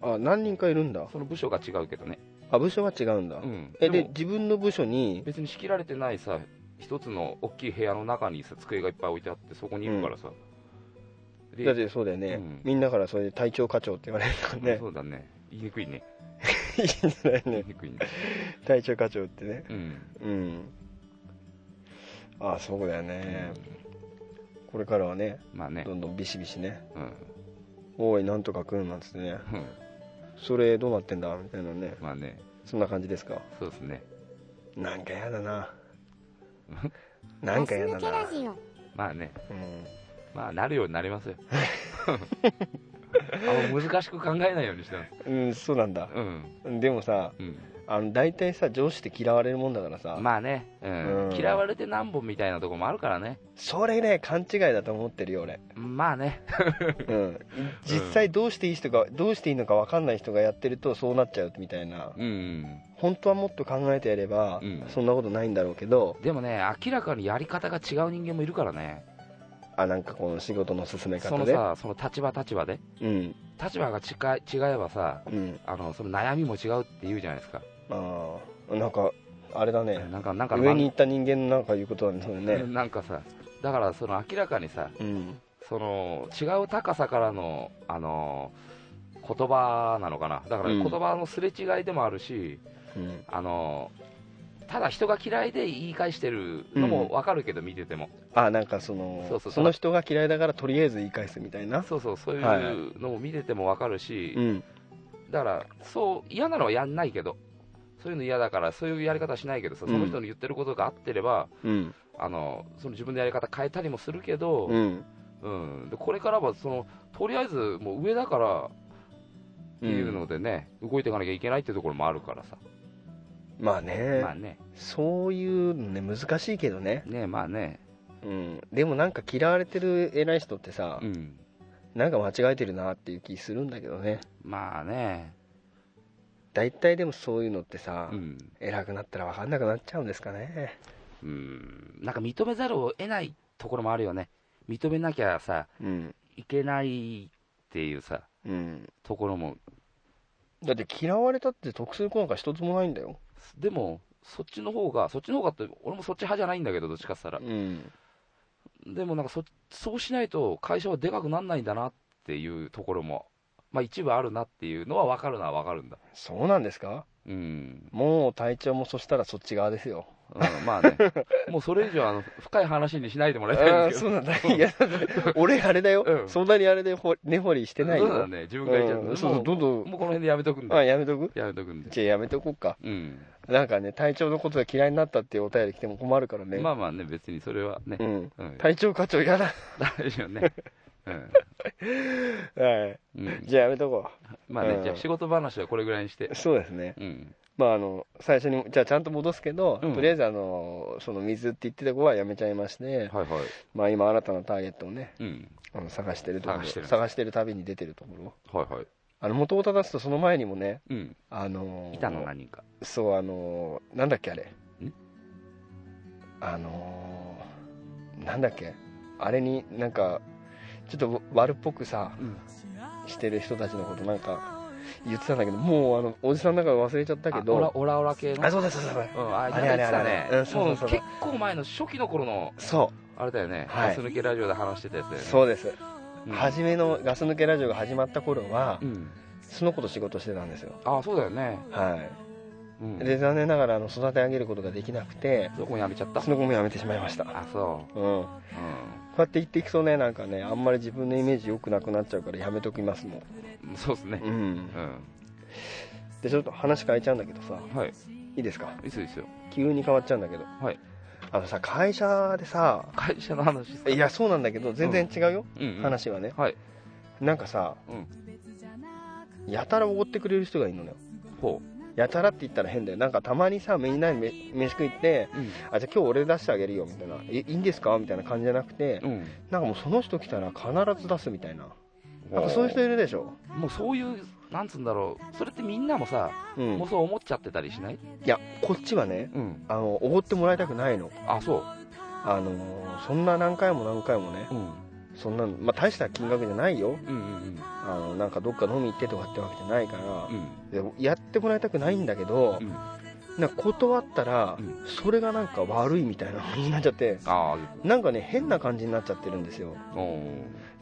[SPEAKER 3] あ何人かいるんだ
[SPEAKER 2] その部署が違うけどね。
[SPEAKER 3] あ部署は違うんだ、
[SPEAKER 2] うん。
[SPEAKER 3] え
[SPEAKER 2] で
[SPEAKER 3] で
[SPEAKER 2] も
[SPEAKER 3] 自分の部署に
[SPEAKER 2] 別に仕切られてないさ、一つの大きい部屋の中にさ、机がいっぱい置いてあって、そこにいるからさ。で
[SPEAKER 3] だってそうだよね、
[SPEAKER 2] うん
[SPEAKER 3] みんなからそれで隊長課長って言われるからね
[SPEAKER 2] そうだね。言いにくいね。
[SPEAKER 3] いいんだよ
[SPEAKER 2] 言い
[SPEAKER 3] ね
[SPEAKER 2] にくいね。
[SPEAKER 3] 隊長課長ってね
[SPEAKER 2] うん。
[SPEAKER 3] うんあそうだよね、これからはね
[SPEAKER 2] まあね
[SPEAKER 3] ど。んどんビシビシね
[SPEAKER 2] うん。
[SPEAKER 3] おいなんとか来るなんつってね
[SPEAKER 2] うん
[SPEAKER 3] それどうなってんだみたいなね
[SPEAKER 2] まあね。
[SPEAKER 3] そんな感じですか
[SPEAKER 2] そうですね。
[SPEAKER 3] なんかやだな。
[SPEAKER 2] うん
[SPEAKER 3] なんかやだな
[SPEAKER 5] ガス抜。けラジオ
[SPEAKER 2] まあね。
[SPEAKER 3] うん
[SPEAKER 2] まあ、なるようになりますよ。あの難しく考えないようにしてます。
[SPEAKER 3] うんそうなんだ
[SPEAKER 2] うん。
[SPEAKER 3] でもさ
[SPEAKER 2] うん。
[SPEAKER 3] あの大体さ上司って嫌われるもんだからさ、
[SPEAKER 2] まあね、うん
[SPEAKER 3] うん
[SPEAKER 2] 嫌われて何本みたいなとこもあるからね。
[SPEAKER 3] それね勘違いだと思ってるよ俺、
[SPEAKER 2] まあね。
[SPEAKER 3] うん、実際どうしていい人がどうしていいのか分かんない人がやってるとそうなっちゃうみたいな
[SPEAKER 2] うん。
[SPEAKER 3] 本当はもっと考えてやれば、
[SPEAKER 2] うん
[SPEAKER 3] そんなことないんだろうけど
[SPEAKER 2] でもね、明らかにやり方が違う人間もいるからね。
[SPEAKER 3] あなんかこの仕事の進め
[SPEAKER 2] そ
[SPEAKER 3] 方
[SPEAKER 2] の
[SPEAKER 3] で
[SPEAKER 2] さ、その立場立場で。
[SPEAKER 3] うん
[SPEAKER 2] 立場が近い違えばさ、
[SPEAKER 3] うん
[SPEAKER 2] あの、その悩みも違うって言うじゃないですか。
[SPEAKER 3] ああなんかあれだね
[SPEAKER 2] なんか、なんか、
[SPEAKER 3] 上に行った人間のなんか言うことなんだよね
[SPEAKER 2] なんかさ、だからその明らかにさ、
[SPEAKER 3] うん
[SPEAKER 2] その違う高さからの、あのー言葉なのかな、だから
[SPEAKER 3] うん
[SPEAKER 2] 言葉のすれ違いでもあるし、
[SPEAKER 3] うん
[SPEAKER 2] あのーただ人が嫌いで言い返してるのも
[SPEAKER 3] うん
[SPEAKER 2] 分かるけど、見てても、
[SPEAKER 3] あなんかその
[SPEAKER 2] そうそう
[SPEAKER 3] その人が嫌いだからとりあえず言い返すみたいな
[SPEAKER 2] そうそう、そうい
[SPEAKER 3] はいは
[SPEAKER 2] うのも見てても分かるし、
[SPEAKER 3] うん
[SPEAKER 2] だからそう嫌なのはやんないけど、そういうの嫌だから、そういうやり方はしないけどさ、その人の言ってることが合ってれば、
[SPEAKER 3] うん
[SPEAKER 2] あのその自分のやり方変えたりもするけど、
[SPEAKER 3] うん
[SPEAKER 2] うんでこれからはその、とりあえずもう上だから、っていうのでね、動いていかなきゃいけないっていうところもあるからさ、
[SPEAKER 3] まあね、
[SPEAKER 2] まあね、
[SPEAKER 3] そういうのね難しいけどね、
[SPEAKER 2] ねまあね、
[SPEAKER 3] うん、でもなんか嫌われてる偉い人ってさ、
[SPEAKER 2] うん、
[SPEAKER 3] なんか間違えてるなっていう気するんだけどね
[SPEAKER 2] まあね、
[SPEAKER 3] 大体でもそういうのってさ、
[SPEAKER 2] うん、
[SPEAKER 3] 偉くなったら分かんなくなっちゃうんですかね
[SPEAKER 2] うん、なんか認めざるを得ないところもあるよね、認めなきゃさ、
[SPEAKER 3] うん
[SPEAKER 2] いけないっていうさ、
[SPEAKER 3] うん
[SPEAKER 2] ところも、
[SPEAKER 3] だって嫌われたって得することなんか一つもないんだよ
[SPEAKER 2] でも、そっちの方が、そっちの方がって、俺もそっち派じゃないんだけど、どっちかって言った
[SPEAKER 3] うん
[SPEAKER 2] ら、でもなんかそ、そうしないと会社はでかくなんないんだなっていうところも、まあ、一部あるなっていうのは分かるのは分かるんだ。
[SPEAKER 3] そうなんですか
[SPEAKER 2] うん、
[SPEAKER 3] もう体調もそしたらそっち側ですよ
[SPEAKER 2] うんまあね、 もうそれ以上あの深い話にしないでもらいたい
[SPEAKER 3] あ
[SPEAKER 2] ん
[SPEAKER 3] あ
[SPEAKER 2] です
[SPEAKER 3] そ
[SPEAKER 2] け
[SPEAKER 3] うな
[SPEAKER 2] ど、
[SPEAKER 3] んだいやだって俺あれだよ、
[SPEAKER 2] うん
[SPEAKER 3] そんなにあれでほ根掘りしてないよ
[SPEAKER 2] そうだね、自分が言っちゃった、
[SPEAKER 3] うんそう
[SPEAKER 2] も
[SPEAKER 3] そうどんどん
[SPEAKER 2] もうこの辺でやめとくんで、
[SPEAKER 3] あやめとく
[SPEAKER 2] やめとくんで、
[SPEAKER 3] じゃあやめとこうか
[SPEAKER 2] うん、
[SPEAKER 3] なんかね、体調のことが嫌いになったっていうお便り来ても困るからね。
[SPEAKER 2] まあまあね、別にそれはね
[SPEAKER 3] う、ん。
[SPEAKER 2] うん、
[SPEAKER 3] 体調課長嫌だ。
[SPEAKER 2] 大丈 夫ね、
[SPEAKER 3] はい。
[SPEAKER 2] うん、うん、
[SPEAKER 3] じゃあやめとこ
[SPEAKER 2] まあね、
[SPEAKER 3] うん
[SPEAKER 2] じゃあ仕事話はこれぐらいにして
[SPEAKER 3] う。、そうですね。
[SPEAKER 2] うん、
[SPEAKER 3] まああの、最初に、じゃあちゃんと戻すけど、
[SPEAKER 2] うん
[SPEAKER 3] とりあえずあの、その水って言ってた子はやめちゃいまして、
[SPEAKER 2] はいはい、
[SPEAKER 3] まあ今新たなターゲットをね、
[SPEAKER 2] うん、
[SPEAKER 3] あの探してるところ
[SPEAKER 2] 探してる
[SPEAKER 3] してる旅に出てるところ。
[SPEAKER 2] はいはい、
[SPEAKER 3] あの、元を正すとその前にもね、
[SPEAKER 2] うん、
[SPEAKER 3] あの、
[SPEAKER 2] いたの何人か、
[SPEAKER 3] そう、あの、なんだっけあれ
[SPEAKER 2] ん。
[SPEAKER 3] あの、なんだっけあれになんか、ちょっと悪っぽくさ、
[SPEAKER 2] うん、
[SPEAKER 3] してる人たちのことなんか言ってたんだけどもうあのおじさんだから忘れちゃったけ
[SPEAKER 2] あオラ
[SPEAKER 3] ど
[SPEAKER 2] オラオラ系の、
[SPEAKER 3] あそうだそうだそうだ
[SPEAKER 2] うん、あ
[SPEAKER 3] あ
[SPEAKER 2] いた
[SPEAKER 3] れ
[SPEAKER 2] ね
[SPEAKER 3] あ
[SPEAKER 2] い
[SPEAKER 3] れ
[SPEAKER 2] た
[SPEAKER 3] あれ
[SPEAKER 2] ね
[SPEAKER 3] あれうん、そう
[SPEAKER 2] も
[SPEAKER 3] そううそう
[SPEAKER 2] 結構前の初期の頃の、
[SPEAKER 3] そ
[SPEAKER 2] あれだよね、
[SPEAKER 3] はい
[SPEAKER 2] ガス抜けラジオで話してたやつだよ
[SPEAKER 3] う
[SPEAKER 2] ね、
[SPEAKER 3] そうです、
[SPEAKER 2] うん
[SPEAKER 3] 初めのガス抜けラジオが始まった頃は、
[SPEAKER 2] うん、
[SPEAKER 3] その子と仕事してたんですよ
[SPEAKER 2] ああ、そうだよね。
[SPEAKER 3] は
[SPEAKER 2] うん
[SPEAKER 3] いで残念ながらあの育て上げることができなくて
[SPEAKER 2] どこにやめちゃった
[SPEAKER 3] その子も辞めてしまいましたうん
[SPEAKER 2] あ、そ
[SPEAKER 3] こ
[SPEAKER 2] う。
[SPEAKER 3] うやって言っていくとねなんかねあんまり自分のイメージ良くなくなっちゃうからやめときますもん
[SPEAKER 2] うん。そうですね
[SPEAKER 3] う。ん
[SPEAKER 2] うん。
[SPEAKER 3] でちょっと話変えちゃうんだけどさ
[SPEAKER 2] はい。
[SPEAKER 3] いいですか
[SPEAKER 2] いいっすよいいっすよ。
[SPEAKER 3] 急に変わっちゃうんだけど
[SPEAKER 2] はい
[SPEAKER 3] あのさ会社でさ
[SPEAKER 2] 会社の話っすか
[SPEAKER 3] い、やそうなんだけど全然違うよ、
[SPEAKER 2] うんうん。
[SPEAKER 3] 話はね
[SPEAKER 2] はい。
[SPEAKER 3] なんかさ、
[SPEAKER 2] うん
[SPEAKER 3] やたらおごってくれる人がいるのよ
[SPEAKER 2] ほ
[SPEAKER 3] やたらって言ったら変だよなんかたまにさみんなでめ飯食いって
[SPEAKER 2] う。うん。
[SPEAKER 3] あじゃあ今日俺出してあげるよみたいなえいいんですかみたいな感じじゃなくて、
[SPEAKER 2] うん。
[SPEAKER 3] なんかもうその人来たら必ず出すみたいななんかそういう人いるでしょ、
[SPEAKER 2] もうそういう、なんつうんだろう。それってみんなもさ、
[SPEAKER 3] うん、
[SPEAKER 2] もう
[SPEAKER 3] い
[SPEAKER 2] そう思っちゃってたりしない
[SPEAKER 3] やこっちはね
[SPEAKER 2] うん。
[SPEAKER 3] あのおごってもらいたくないの
[SPEAKER 2] あ、そ
[SPEAKER 3] あのーそんな何回も何回もね
[SPEAKER 2] う。うん。
[SPEAKER 3] そんなの、まあ、大した金額じゃないよ
[SPEAKER 2] うんうん
[SPEAKER 3] あのなんかどっか飲み行ってとかってわけじゃないから
[SPEAKER 2] うん。う、ん。
[SPEAKER 3] でやってもらいたくないんだけど、
[SPEAKER 2] うん
[SPEAKER 3] なんか断ったら、
[SPEAKER 2] うん
[SPEAKER 3] それがなんか悪いみたいな風になっちゃって
[SPEAKER 2] あ
[SPEAKER 3] なんかね変な感じになっちゃってるんですよ
[SPEAKER 2] あ、お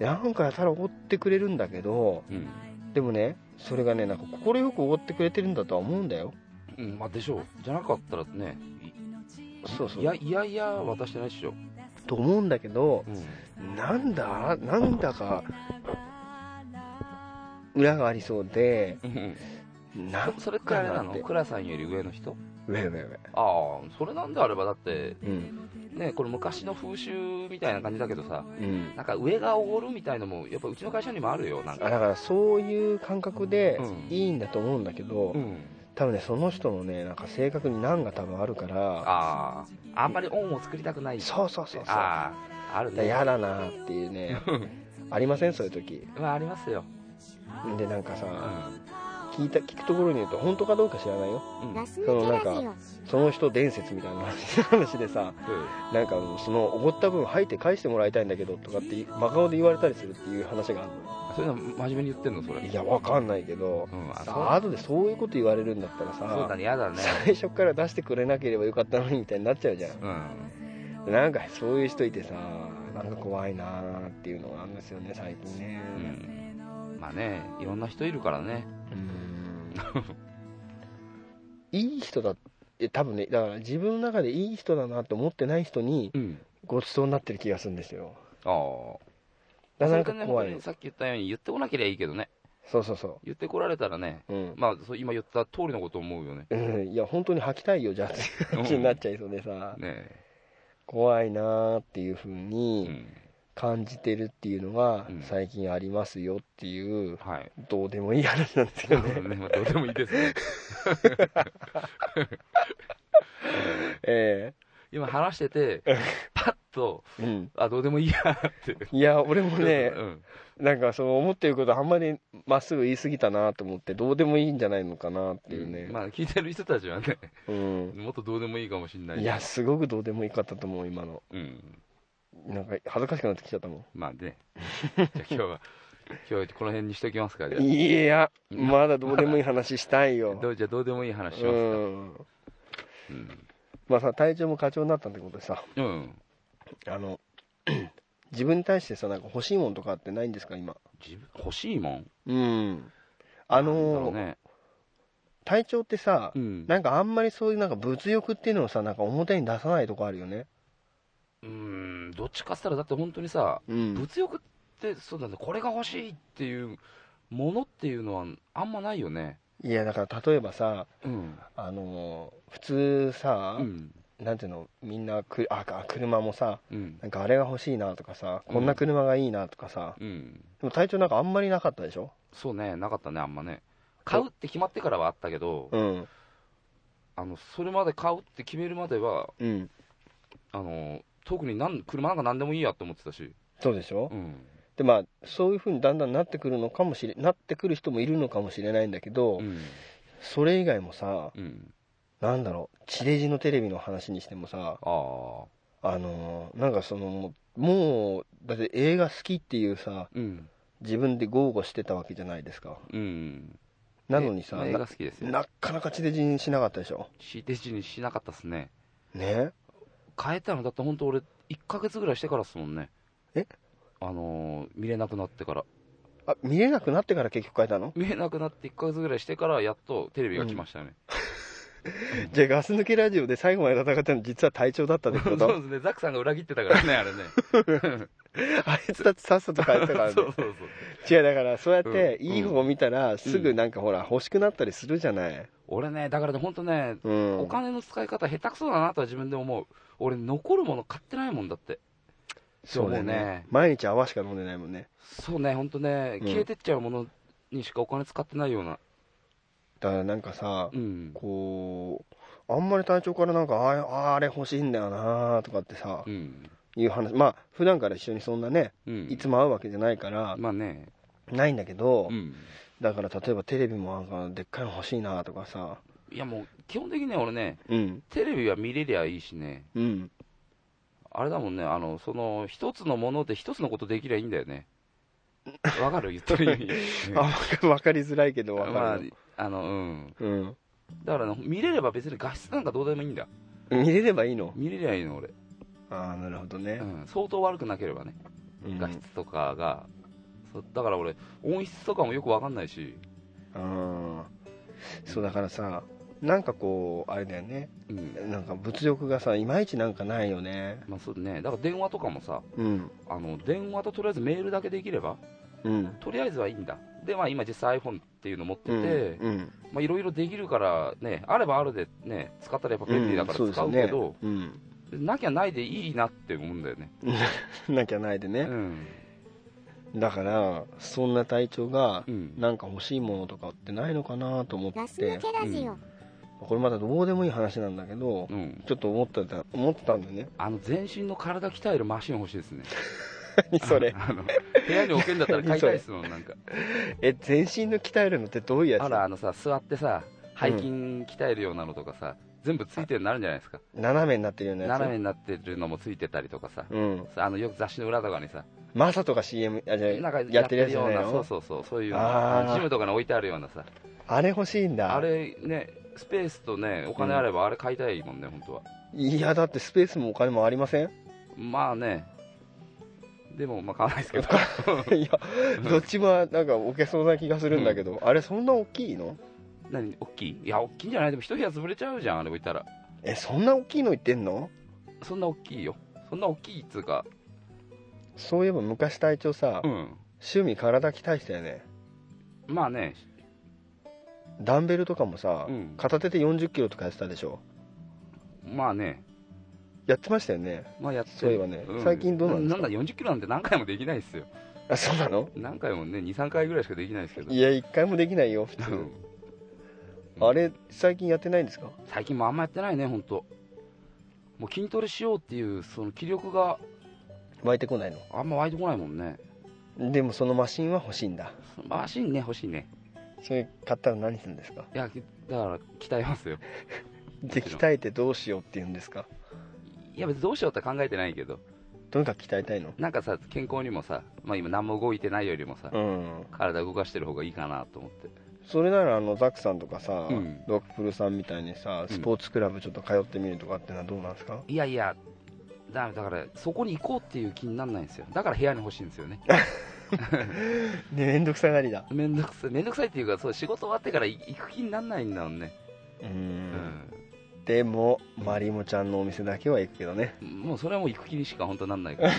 [SPEAKER 3] でなんかやたらおごってくれるんだけど
[SPEAKER 2] うん。
[SPEAKER 3] でもねそれがねなんか快くおごってくれてるんだとは思うんだよ
[SPEAKER 2] うん。まあでしょう。じゃなかったらね、
[SPEAKER 3] そう
[SPEAKER 2] い
[SPEAKER 3] そ
[SPEAKER 2] いや
[SPEAKER 3] う
[SPEAKER 2] いやいや渡してないっしょ。
[SPEAKER 3] と思うんだけど
[SPEAKER 2] うん。
[SPEAKER 3] なんだなんだか裏がありそうで
[SPEAKER 2] うん
[SPEAKER 3] なん
[SPEAKER 2] そそれってあれな
[SPEAKER 3] なん
[SPEAKER 2] の
[SPEAKER 3] て
[SPEAKER 2] 倉さんより上の人
[SPEAKER 3] ウェイウェイウェイ
[SPEAKER 2] ああ、それなんであればだって、
[SPEAKER 3] うん
[SPEAKER 2] ね、これ昔の風習みたいな感じだけどさ、
[SPEAKER 3] うん
[SPEAKER 2] なんか上がおごるみたいのも、やっぱうちの会社にもあるよ、なん
[SPEAKER 3] あだ
[SPEAKER 2] か。
[SPEAKER 3] からそういう感覚で
[SPEAKER 2] うん
[SPEAKER 3] いいんだと思うんだけど、
[SPEAKER 2] うん。
[SPEAKER 3] 多分ねその人のねなんか性格に難が多分あるから
[SPEAKER 2] ああ、あんまり恩を作りたくない。
[SPEAKER 3] そうそうそうそうだか
[SPEAKER 2] ああ、ある
[SPEAKER 3] ら
[SPEAKER 2] ね。
[SPEAKER 3] 嫌だなっていうねありませんそういう時
[SPEAKER 2] まあ、ありますよ。
[SPEAKER 3] でなんか
[SPEAKER 2] う
[SPEAKER 3] さ
[SPEAKER 2] ん。
[SPEAKER 3] 聞いた聞くところに言うと本当かどうか知らないよ
[SPEAKER 2] うん。
[SPEAKER 5] ラス抜
[SPEAKER 3] その
[SPEAKER 5] け
[SPEAKER 3] なん
[SPEAKER 5] ラジ
[SPEAKER 3] か
[SPEAKER 5] オ
[SPEAKER 3] その人伝説みたいな話でさ
[SPEAKER 2] うん
[SPEAKER 3] なんかそのおごった分吐いて返してもらいたいんだけどとかって真顔で言われたりするっていう話がある
[SPEAKER 2] そういうの真面目に言ってんの、それ。
[SPEAKER 3] のいやわかんないけど
[SPEAKER 2] うん、あ、
[SPEAKER 3] あ
[SPEAKER 2] そう
[SPEAKER 3] 後でそういうこと言われるんだったら
[SPEAKER 2] そうだ
[SPEAKER 3] さ
[SPEAKER 2] ね、嫌だね。
[SPEAKER 3] 最初から出してくれなければよかったのにみたいになっちゃうじゃん
[SPEAKER 2] うん。
[SPEAKER 3] なんかそういう人いてさなんか怖いなーっていうのがあるんですよね最近ね
[SPEAKER 2] うん。まあね、いろんな人いるからね。
[SPEAKER 3] うんいい人だって多分ねだから自分の中でいい人だなって思ってない人に
[SPEAKER 2] うん。
[SPEAKER 3] ごちそうになってる気がするんですよ
[SPEAKER 2] ああ。
[SPEAKER 3] だからなんか
[SPEAKER 2] それとね
[SPEAKER 3] 怖
[SPEAKER 2] 本当
[SPEAKER 3] い
[SPEAKER 2] にさっき言ったように言ってこなければいいけどね。
[SPEAKER 3] そうそうそ
[SPEAKER 2] 言ってこられたらね、
[SPEAKER 3] ううん、
[SPEAKER 2] まあ、そう今言った通りのことを思うよね。
[SPEAKER 3] うん、いや本当に吐きたいよじゃあっていう 話になっちゃいそうでさ、
[SPEAKER 2] ね
[SPEAKER 3] 怖いなーっていうふう
[SPEAKER 2] え。う
[SPEAKER 3] に
[SPEAKER 2] ん。
[SPEAKER 3] 感じてるっていうのが
[SPEAKER 2] うん
[SPEAKER 3] 最近ありますよっていう
[SPEAKER 2] はい。
[SPEAKER 3] どうでもいい話なんですけ
[SPEAKER 2] な
[SPEAKER 3] ど
[SPEAKER 2] るほど
[SPEAKER 3] ね、
[SPEAKER 2] ねまあどうでもいいですね。
[SPEAKER 3] え
[SPEAKER 2] 今話して て、パッと、
[SPEAKER 3] えうん、
[SPEAKER 2] あ、どうでもいいやって。
[SPEAKER 3] いや俺もね
[SPEAKER 2] うん。
[SPEAKER 3] なんかそう思ってることあんまりまっすぐ言い過ぎたなと思ってどうでもいいんじゃないのかなっていうね、
[SPEAKER 2] まあ、聞いてる人たちはね、
[SPEAKER 3] うん、
[SPEAKER 2] もっとどうでもいいかもしれない。
[SPEAKER 3] いや、すごくどうでもいいかったと思う今の
[SPEAKER 2] うん。
[SPEAKER 3] なんか恥ずかしくなってきちゃったも
[SPEAKER 2] まあね。じゃあ今日は、今日はこの辺にしときますか。じゃ
[SPEAKER 3] んいやまだどうでもいい話したい
[SPEAKER 2] あ
[SPEAKER 3] よ
[SPEAKER 2] どうじゃあどうでもいい話し
[SPEAKER 3] う
[SPEAKER 2] ますか。
[SPEAKER 3] ん
[SPEAKER 2] うん。
[SPEAKER 3] まあさ体調も過調になったってことでさ
[SPEAKER 2] うん。
[SPEAKER 3] あの 自分に対してさなんか欲しいものとかってないんですか今
[SPEAKER 2] 自分、欲しいもん
[SPEAKER 3] うんあ
[SPEAKER 2] なんだろ
[SPEAKER 3] の
[SPEAKER 2] う
[SPEAKER 3] ー
[SPEAKER 2] ね。
[SPEAKER 3] 体調ってさ、
[SPEAKER 2] うん。
[SPEAKER 3] なんかあんまりそういうなんか物欲っていうのをさなんか表に出さないとこあるよね
[SPEAKER 2] うん、どっちかっつったら、だって本当にさ、
[SPEAKER 3] うん
[SPEAKER 2] 物欲って、そうだね、これが欲しいっていうものっていうのはあんまないよね。
[SPEAKER 3] いやだから例えばさ
[SPEAKER 2] うん。
[SPEAKER 3] あのー普通さ、
[SPEAKER 2] うん。
[SPEAKER 3] なんていうのみんなくああ車もさ
[SPEAKER 2] うん。
[SPEAKER 3] なんかあれが欲しいなとかさ
[SPEAKER 2] うん
[SPEAKER 3] こんな車がいいなとかさ、
[SPEAKER 2] うん。
[SPEAKER 3] でも体調なんかあんまりなかったでしょ
[SPEAKER 2] そうね、なかったね、あんまね。買うって決まってからはあったけど、
[SPEAKER 3] うん
[SPEAKER 2] あの、それまで買うって決めるまでは、
[SPEAKER 3] うん
[SPEAKER 2] あの、特になん車なんか何でもいいやと思ってたし。
[SPEAKER 3] そうでしょ、
[SPEAKER 2] うん。
[SPEAKER 3] でまあそういうふうにだんだんなってくるのかもしれなってくる人もいるのかもしれないんだけど、
[SPEAKER 2] うん。
[SPEAKER 3] それ以外もさ
[SPEAKER 2] うん。
[SPEAKER 3] なんだろう地デジのテレビの話にしてもさ
[SPEAKER 2] ああ。
[SPEAKER 3] あのーなんかそのもうもうだって映画好きっていうさ
[SPEAKER 2] うん。
[SPEAKER 3] 自分で豪語してたわけじゃないですか
[SPEAKER 2] うん。
[SPEAKER 3] なのにさ
[SPEAKER 2] え映
[SPEAKER 3] な
[SPEAKER 2] 画好きですよ。
[SPEAKER 3] なかなか地デジにしなかったでしょ
[SPEAKER 2] シーテージにしなかったっすね。
[SPEAKER 3] ね
[SPEAKER 2] 変えたのだって本当俺1ヶ月ぐらいしてからっすもんね
[SPEAKER 3] え
[SPEAKER 2] あのー見れなくなってから
[SPEAKER 3] あ見れなくなってから結局変えたの
[SPEAKER 2] 見れなくなって1ヶ月ぐらいしてからやっとテレビが来ましたね、
[SPEAKER 3] じゃあガス抜けラジオで最後まで戦ったの実は隊長だったってこ
[SPEAKER 2] そうで
[SPEAKER 3] と
[SPEAKER 2] すねザックさんが裏切ってた からねあれね
[SPEAKER 3] あいつだってさっさと変えたからね
[SPEAKER 2] そうそうそう
[SPEAKER 3] 違うだからそうやって
[SPEAKER 2] うん
[SPEAKER 3] いい方を見たらすぐなんかほら欲しくなったりするじゃない、
[SPEAKER 2] 俺ねだからね本当ね、
[SPEAKER 3] うん、
[SPEAKER 2] お金の使い方下手くそだなとは自分で思う俺残るもの買ってないもんだって
[SPEAKER 3] そうだよ
[SPEAKER 2] そうね
[SPEAKER 3] ね毎日泡しか飲んでないもんね
[SPEAKER 2] そうね本当ね
[SPEAKER 3] うん
[SPEAKER 2] 消えてっちゃうものにしかお金使ってないような
[SPEAKER 3] だからなんかさ、
[SPEAKER 2] うん
[SPEAKER 3] こうあんまり隊長からなんかあああれ欲しいんだよなとかってさ、
[SPEAKER 2] うん
[SPEAKER 3] いう話まあ普段から一緒にそんなね
[SPEAKER 2] うん
[SPEAKER 3] いつも会うわけじゃないから、
[SPEAKER 2] まあね
[SPEAKER 3] ないんだけど、
[SPEAKER 2] うん
[SPEAKER 3] だから例えばテレビもなんかでっかいの欲しいなとかさ
[SPEAKER 2] いやもう基本的にね俺ね
[SPEAKER 3] うん
[SPEAKER 2] テレビは見れりゃいいしね、
[SPEAKER 3] うん
[SPEAKER 2] あれだもんね、あの、その、一つのもので一つのことできりゃいいんだよね。わかる言ってる意味。
[SPEAKER 3] あわか分かりづらいけど分か
[SPEAKER 2] ま
[SPEAKER 3] るよ、
[SPEAKER 2] あ、あの、うん。
[SPEAKER 3] うん
[SPEAKER 2] だからね、見れれば別に画質なんかどうでもいいんだ。
[SPEAKER 3] 見れればいいの
[SPEAKER 2] 見れりゃいいの、俺。
[SPEAKER 3] ああなるほど
[SPEAKER 2] う
[SPEAKER 3] ね、
[SPEAKER 2] ん。相当悪くなければね、
[SPEAKER 3] うん
[SPEAKER 2] 画質とかが。そだから俺、音質とかもよくわかんないし。
[SPEAKER 3] あーそうだからさなんかこうあれだよね
[SPEAKER 2] うん。
[SPEAKER 3] なんか物欲がさいまいちなんかないよね
[SPEAKER 2] まあそうね、だから電話とかもさ、
[SPEAKER 3] うん
[SPEAKER 2] あの、電話ととりあえずメールだけできれば、
[SPEAKER 3] うん
[SPEAKER 2] とりあえずはいいんだ。で、まあ今実際 iPhone っていうの持ってて、
[SPEAKER 3] うんうん
[SPEAKER 2] まあいろいろできるからね、あればあるでね、使ったらやっぱ便利だから
[SPEAKER 3] ん
[SPEAKER 2] 使うけど、
[SPEAKER 3] そうですよねうん
[SPEAKER 2] なきゃないでいいなって思うんだよね。
[SPEAKER 3] なきゃないで
[SPEAKER 2] う
[SPEAKER 3] ね、
[SPEAKER 2] ん。
[SPEAKER 3] だからそんな隊長が
[SPEAKER 2] うん。
[SPEAKER 3] なんか欲しいものとかってないのかなと思
[SPEAKER 5] ガ
[SPEAKER 3] っ
[SPEAKER 5] ス抜
[SPEAKER 3] て
[SPEAKER 5] けラジオ。
[SPEAKER 3] これまだどうでもいい話なんだけど
[SPEAKER 2] うん。
[SPEAKER 3] ちょっと思ってた思ってたんだよね
[SPEAKER 2] あの、全身の体鍛えるマシン欲しいですね。
[SPEAKER 3] 何 それ
[SPEAKER 2] あの、部屋に置けんだったら買いたいです もん、なんか。
[SPEAKER 3] え全身の鍛えるのってどういうや
[SPEAKER 2] あ
[SPEAKER 3] つ
[SPEAKER 2] ら、あのさ、座ってさ、背筋鍛えるようなのとかさ、全部ついてるようになるんじゃないですか。
[SPEAKER 3] 斜めになってるようなやつ
[SPEAKER 2] 斜めになってるのもついてたりとかさ、
[SPEAKER 3] うん
[SPEAKER 2] さあの、よく雑誌の裏とかにさ、
[SPEAKER 3] マサとか CM あじゃあ
[SPEAKER 2] なんか
[SPEAKER 3] やってるやつじゃない
[SPEAKER 2] やってるような
[SPEAKER 3] の
[SPEAKER 2] そうそうそう、そういうの
[SPEAKER 3] あー
[SPEAKER 2] あのジムとかに置いてあるようなさ、
[SPEAKER 3] あれ欲しいんだ
[SPEAKER 2] あれね、スペースとね、お金あればあれ買いたいもんね、本当は。
[SPEAKER 3] いやだってスペースもお金もありません
[SPEAKER 2] まあね、でも、まあ買わない ですけど、
[SPEAKER 3] いやどっちもなんか置けそうな気がするんだけど、あれそんな大きいの
[SPEAKER 2] 何、大きいいや、大きいんじゃないでも一部屋潰れちゃうじゃん、あれ置いたら。
[SPEAKER 3] えそんな大きいの言ってんの
[SPEAKER 2] そんな大きいよ。そんな大きいっつうか、
[SPEAKER 3] そういえば昔隊長さ、
[SPEAKER 2] うん。
[SPEAKER 3] 趣味体鍛えてたよね
[SPEAKER 2] まあね、
[SPEAKER 3] ダンベルとかもさ、
[SPEAKER 2] うん
[SPEAKER 3] 片手で4 0キロとかやってたでしょ
[SPEAKER 2] まあね、
[SPEAKER 3] やってましたよね
[SPEAKER 2] まあやってる
[SPEAKER 3] そういえばね最近どうなんですか
[SPEAKER 2] なんだ、40キロなんて何回もできないですよ。
[SPEAKER 3] あそうなの
[SPEAKER 2] 何回もね、2、3回ぐらいしかできないですけど。
[SPEAKER 3] いや1回もできないよ普
[SPEAKER 2] う
[SPEAKER 3] 通
[SPEAKER 2] ん
[SPEAKER 3] あれ最近やってないんですか
[SPEAKER 2] 最近もあんまやってないね、本当。もう筋トレしようっていう、その気力が
[SPEAKER 3] 湧いてこない
[SPEAKER 2] あんま湧いてこないもんね。
[SPEAKER 3] のでもそのマシンは欲しいんだ
[SPEAKER 2] そのマシンね、欲しいね。
[SPEAKER 3] それ買ったら何するんですか
[SPEAKER 2] いや、きだから、鍛えますよ。
[SPEAKER 3] で鍛えてどうしようって言うんですか
[SPEAKER 2] いや、別にどうしようって考えてないけど、
[SPEAKER 3] とにかく鍛えたいの
[SPEAKER 2] なんかさ、健康にもさ、まあ今、何も動いてないよりもさ、
[SPEAKER 3] うん
[SPEAKER 2] 体動かしてる方がいいかなと思って。
[SPEAKER 3] それならあのザックさんとかさ、
[SPEAKER 2] うん
[SPEAKER 3] ドクプルさんみたいにさスポーツクラブちょっと通ってみるとかってのはどうなんですか、
[SPEAKER 2] いやいや、だめだから、そこに行こうっていう気にならないんですよ。だから部屋に欲しいんですよね。
[SPEAKER 3] ねめんどくさがりだ
[SPEAKER 2] めんどくさい、めんどくさいっていうか、そう、仕事終わってからい行く気にならないんだもんね。
[SPEAKER 3] う
[SPEAKER 2] うんん。
[SPEAKER 3] でもまりもちゃんのお店だけは行くけどね
[SPEAKER 2] もうそれはもう行く気にしか本当なんないからね。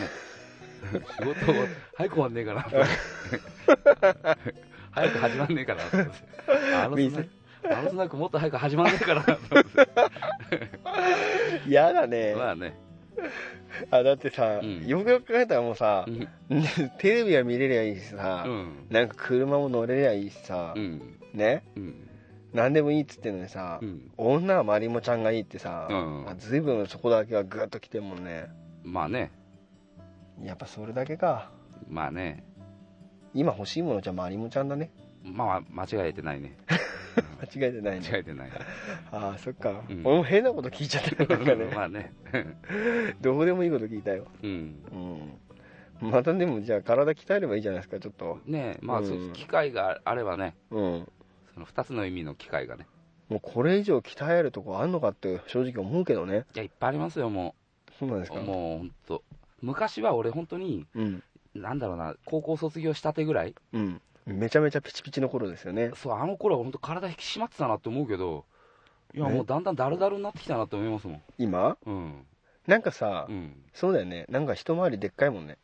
[SPEAKER 2] 仕事終わ早く終わんねえ かなと思って。早く始まんねえ かなと思って。あのスナッ
[SPEAKER 3] 水
[SPEAKER 2] ク、あのスナックもっと早く始まんねえかなと思って。
[SPEAKER 3] 嫌だね、
[SPEAKER 2] まあね。
[SPEAKER 3] あ、だってさ、
[SPEAKER 2] うん
[SPEAKER 3] よくよく考えたらもうさ
[SPEAKER 2] う、ん。
[SPEAKER 3] テレビは見れりゃいいしさ、
[SPEAKER 2] うん。
[SPEAKER 3] なんか車も乗れりゃいいしさ、
[SPEAKER 2] うん。
[SPEAKER 3] ね
[SPEAKER 2] うん。
[SPEAKER 3] 何でもいいっつってんのにさ、
[SPEAKER 2] うん
[SPEAKER 3] 女はまりもちゃんがいいってさ、
[SPEAKER 2] うん
[SPEAKER 3] あ随分そこだけはグッときてるもんね
[SPEAKER 2] まあね。
[SPEAKER 3] やっぱそれだけか
[SPEAKER 2] まあね。
[SPEAKER 3] 今欲しいものじゃまりもちゃんだね
[SPEAKER 2] まあ、間違えてないね。
[SPEAKER 3] 間違えてない
[SPEAKER 2] 間
[SPEAKER 3] ね
[SPEAKER 2] 違えてない。
[SPEAKER 3] ああそっか、
[SPEAKER 2] うん
[SPEAKER 3] 俺も変なこと聞いちゃったよなんかね
[SPEAKER 2] まあね。
[SPEAKER 3] どうでもいいこと聞いたよ
[SPEAKER 2] うん。
[SPEAKER 3] うんまたでもじゃあ体鍛えればいいじゃないですかちょっと
[SPEAKER 2] ねえ、まあ、そう
[SPEAKER 3] うん
[SPEAKER 2] 機会があればね、
[SPEAKER 3] うん
[SPEAKER 2] その2つの意味の機会がね。
[SPEAKER 3] もうこれ以上鍛えるとこあんのかって正直思うけどね
[SPEAKER 2] いや、いっぱいありますよ、も
[SPEAKER 3] そうなんで
[SPEAKER 2] う。
[SPEAKER 3] すか
[SPEAKER 2] もう、本当昔は俺、本当に、
[SPEAKER 3] うん
[SPEAKER 2] なんだろうな、高校卒業したてぐらい、
[SPEAKER 3] うんめちゃめちゃピチピチの頃ですよね
[SPEAKER 2] そう、あの頃は本当、体引き締まってたなって思うけど、いや、
[SPEAKER 3] ね
[SPEAKER 2] もうだんだんだるだるになってきたなって思いますもん。
[SPEAKER 3] 今
[SPEAKER 2] うん。
[SPEAKER 3] なんかさ、
[SPEAKER 2] うん。
[SPEAKER 3] そうだよねなんか一回りでっかいもんね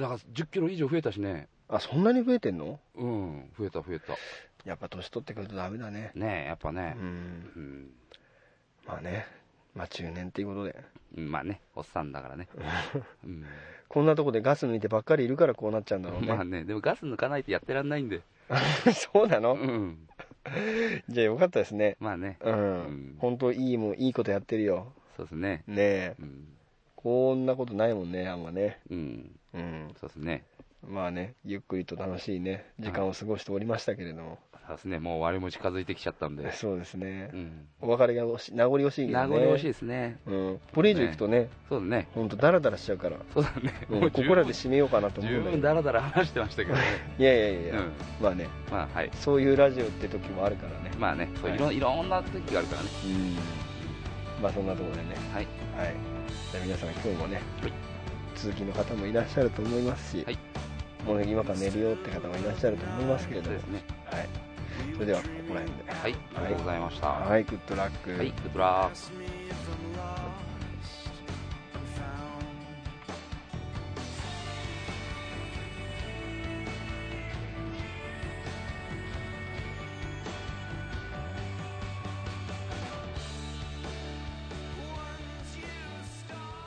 [SPEAKER 2] だから、10キロ以上増えたしね、
[SPEAKER 3] あそんなに増えてんの
[SPEAKER 2] うん、増えた、増えた。
[SPEAKER 3] やっぱ年取ってくるとダメだね
[SPEAKER 2] ねえ、やっぱ
[SPEAKER 3] う
[SPEAKER 2] ね、
[SPEAKER 3] ん
[SPEAKER 2] うん、
[SPEAKER 3] まあねまあ中年っていうことで
[SPEAKER 2] うんまあね、おっさんだから ね。うん
[SPEAKER 3] こんなとこでガス抜いてばっかりいるからこうなっちゃうんだろう
[SPEAKER 2] まあ
[SPEAKER 3] ね、
[SPEAKER 2] ね、でもガス抜かないとやってらんないんで、
[SPEAKER 3] そうな
[SPEAKER 2] う
[SPEAKER 3] の
[SPEAKER 2] ん、
[SPEAKER 3] じゃあよかったですね
[SPEAKER 2] まあね、
[SPEAKER 3] う、
[SPEAKER 2] うんん、
[SPEAKER 3] 本当いいもんいいことやってるよ
[SPEAKER 2] そうですね、
[SPEAKER 3] ねえ
[SPEAKER 2] うん、
[SPEAKER 3] こんなことないもんねあんまね
[SPEAKER 2] うん、
[SPEAKER 3] うん
[SPEAKER 2] そうですね、
[SPEAKER 3] まあねゆっくりと楽しいね時間を過ごしておりましたけれども、
[SPEAKER 2] そうですね、もう終わりも近づいてきちゃったんで、
[SPEAKER 3] そうですね
[SPEAKER 2] うん、
[SPEAKER 3] お別れが惜し名残惜しいけど
[SPEAKER 2] 名
[SPEAKER 3] ね
[SPEAKER 2] 残惜しいですね、
[SPEAKER 3] うん、これ以上行くとね
[SPEAKER 2] そうだね、
[SPEAKER 3] ほんとダラダラしちゃうから、
[SPEAKER 2] そうだね、
[SPEAKER 3] うん
[SPEAKER 2] もう
[SPEAKER 3] こ
[SPEAKER 2] 十
[SPEAKER 3] こら
[SPEAKER 2] 分
[SPEAKER 3] で締めようかなと思う
[SPEAKER 2] 十
[SPEAKER 3] んだけ
[SPEAKER 2] 分
[SPEAKER 3] ど
[SPEAKER 2] だらだら話してましたけどね、
[SPEAKER 3] いやいやいやいや、
[SPEAKER 2] うん
[SPEAKER 3] まあね
[SPEAKER 2] まあはい、
[SPEAKER 3] そういうラジオって時もあるからね
[SPEAKER 2] まあね、そういろんいろんな時があるからね、
[SPEAKER 3] うんまあそんなところでね
[SPEAKER 2] はい、
[SPEAKER 3] はいじゃあ皆さん今日もね、
[SPEAKER 2] はい
[SPEAKER 3] 通勤の方もいらっしゃると思いますし、
[SPEAKER 2] はい
[SPEAKER 3] もう今から寝るよって方もいらっしゃると思いますけれど
[SPEAKER 2] そう
[SPEAKER 3] も、は
[SPEAKER 2] で
[SPEAKER 3] い
[SPEAKER 2] す、ね、
[SPEAKER 3] それではここら辺で
[SPEAKER 2] はい、ありがとうございました。は
[SPEAKER 3] はいグッドラック、
[SPEAKER 2] い、グッドラック。
[SPEAKER 4] Ask me if I'm lost and found. Once you start.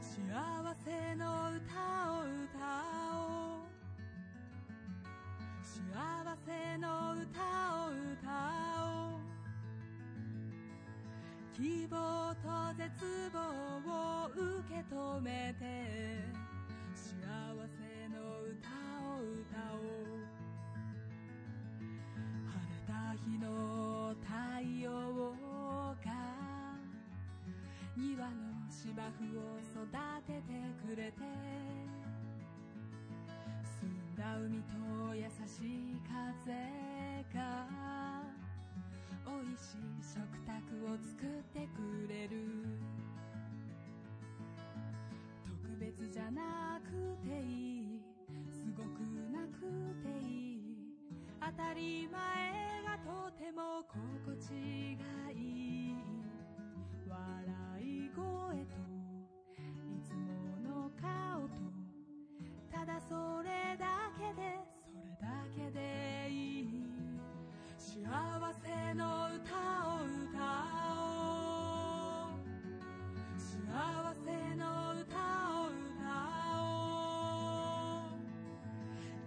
[SPEAKER 5] 幸せの歌を歌おう幸せの歌を歌おう希望と絶望を受け止めて幸せの歌を歌おう晴れた日の太陽が庭の芝生を育ててくれて澄んだ海と優しい風が美味しい食卓を作ってくれる特別じゃなくていいすごくなくていい当たり前がとても心地がいい笑い声といつもの顔とただそれだけでそれだけでいい幸せの歌を歌おう幸せの歌を歌おう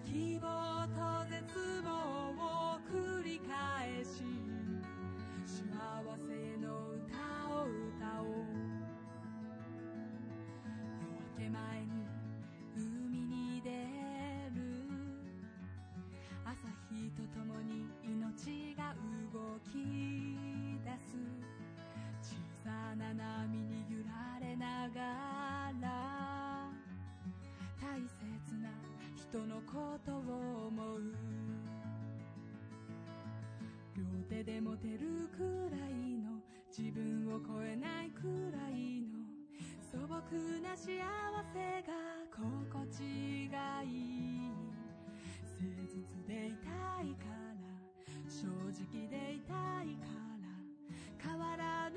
[SPEAKER 5] 希望と絶望を繰り返し幸せの歌を歌おう夜明け前に海に出る朝日とともに命が動き出す小さな波に揺られながら大切な人のことを思う両手で持てるくらいの自分を超えないくらいの素朴な幸せが心地がいい誠実でいたいから正直でいたいから変わらぬ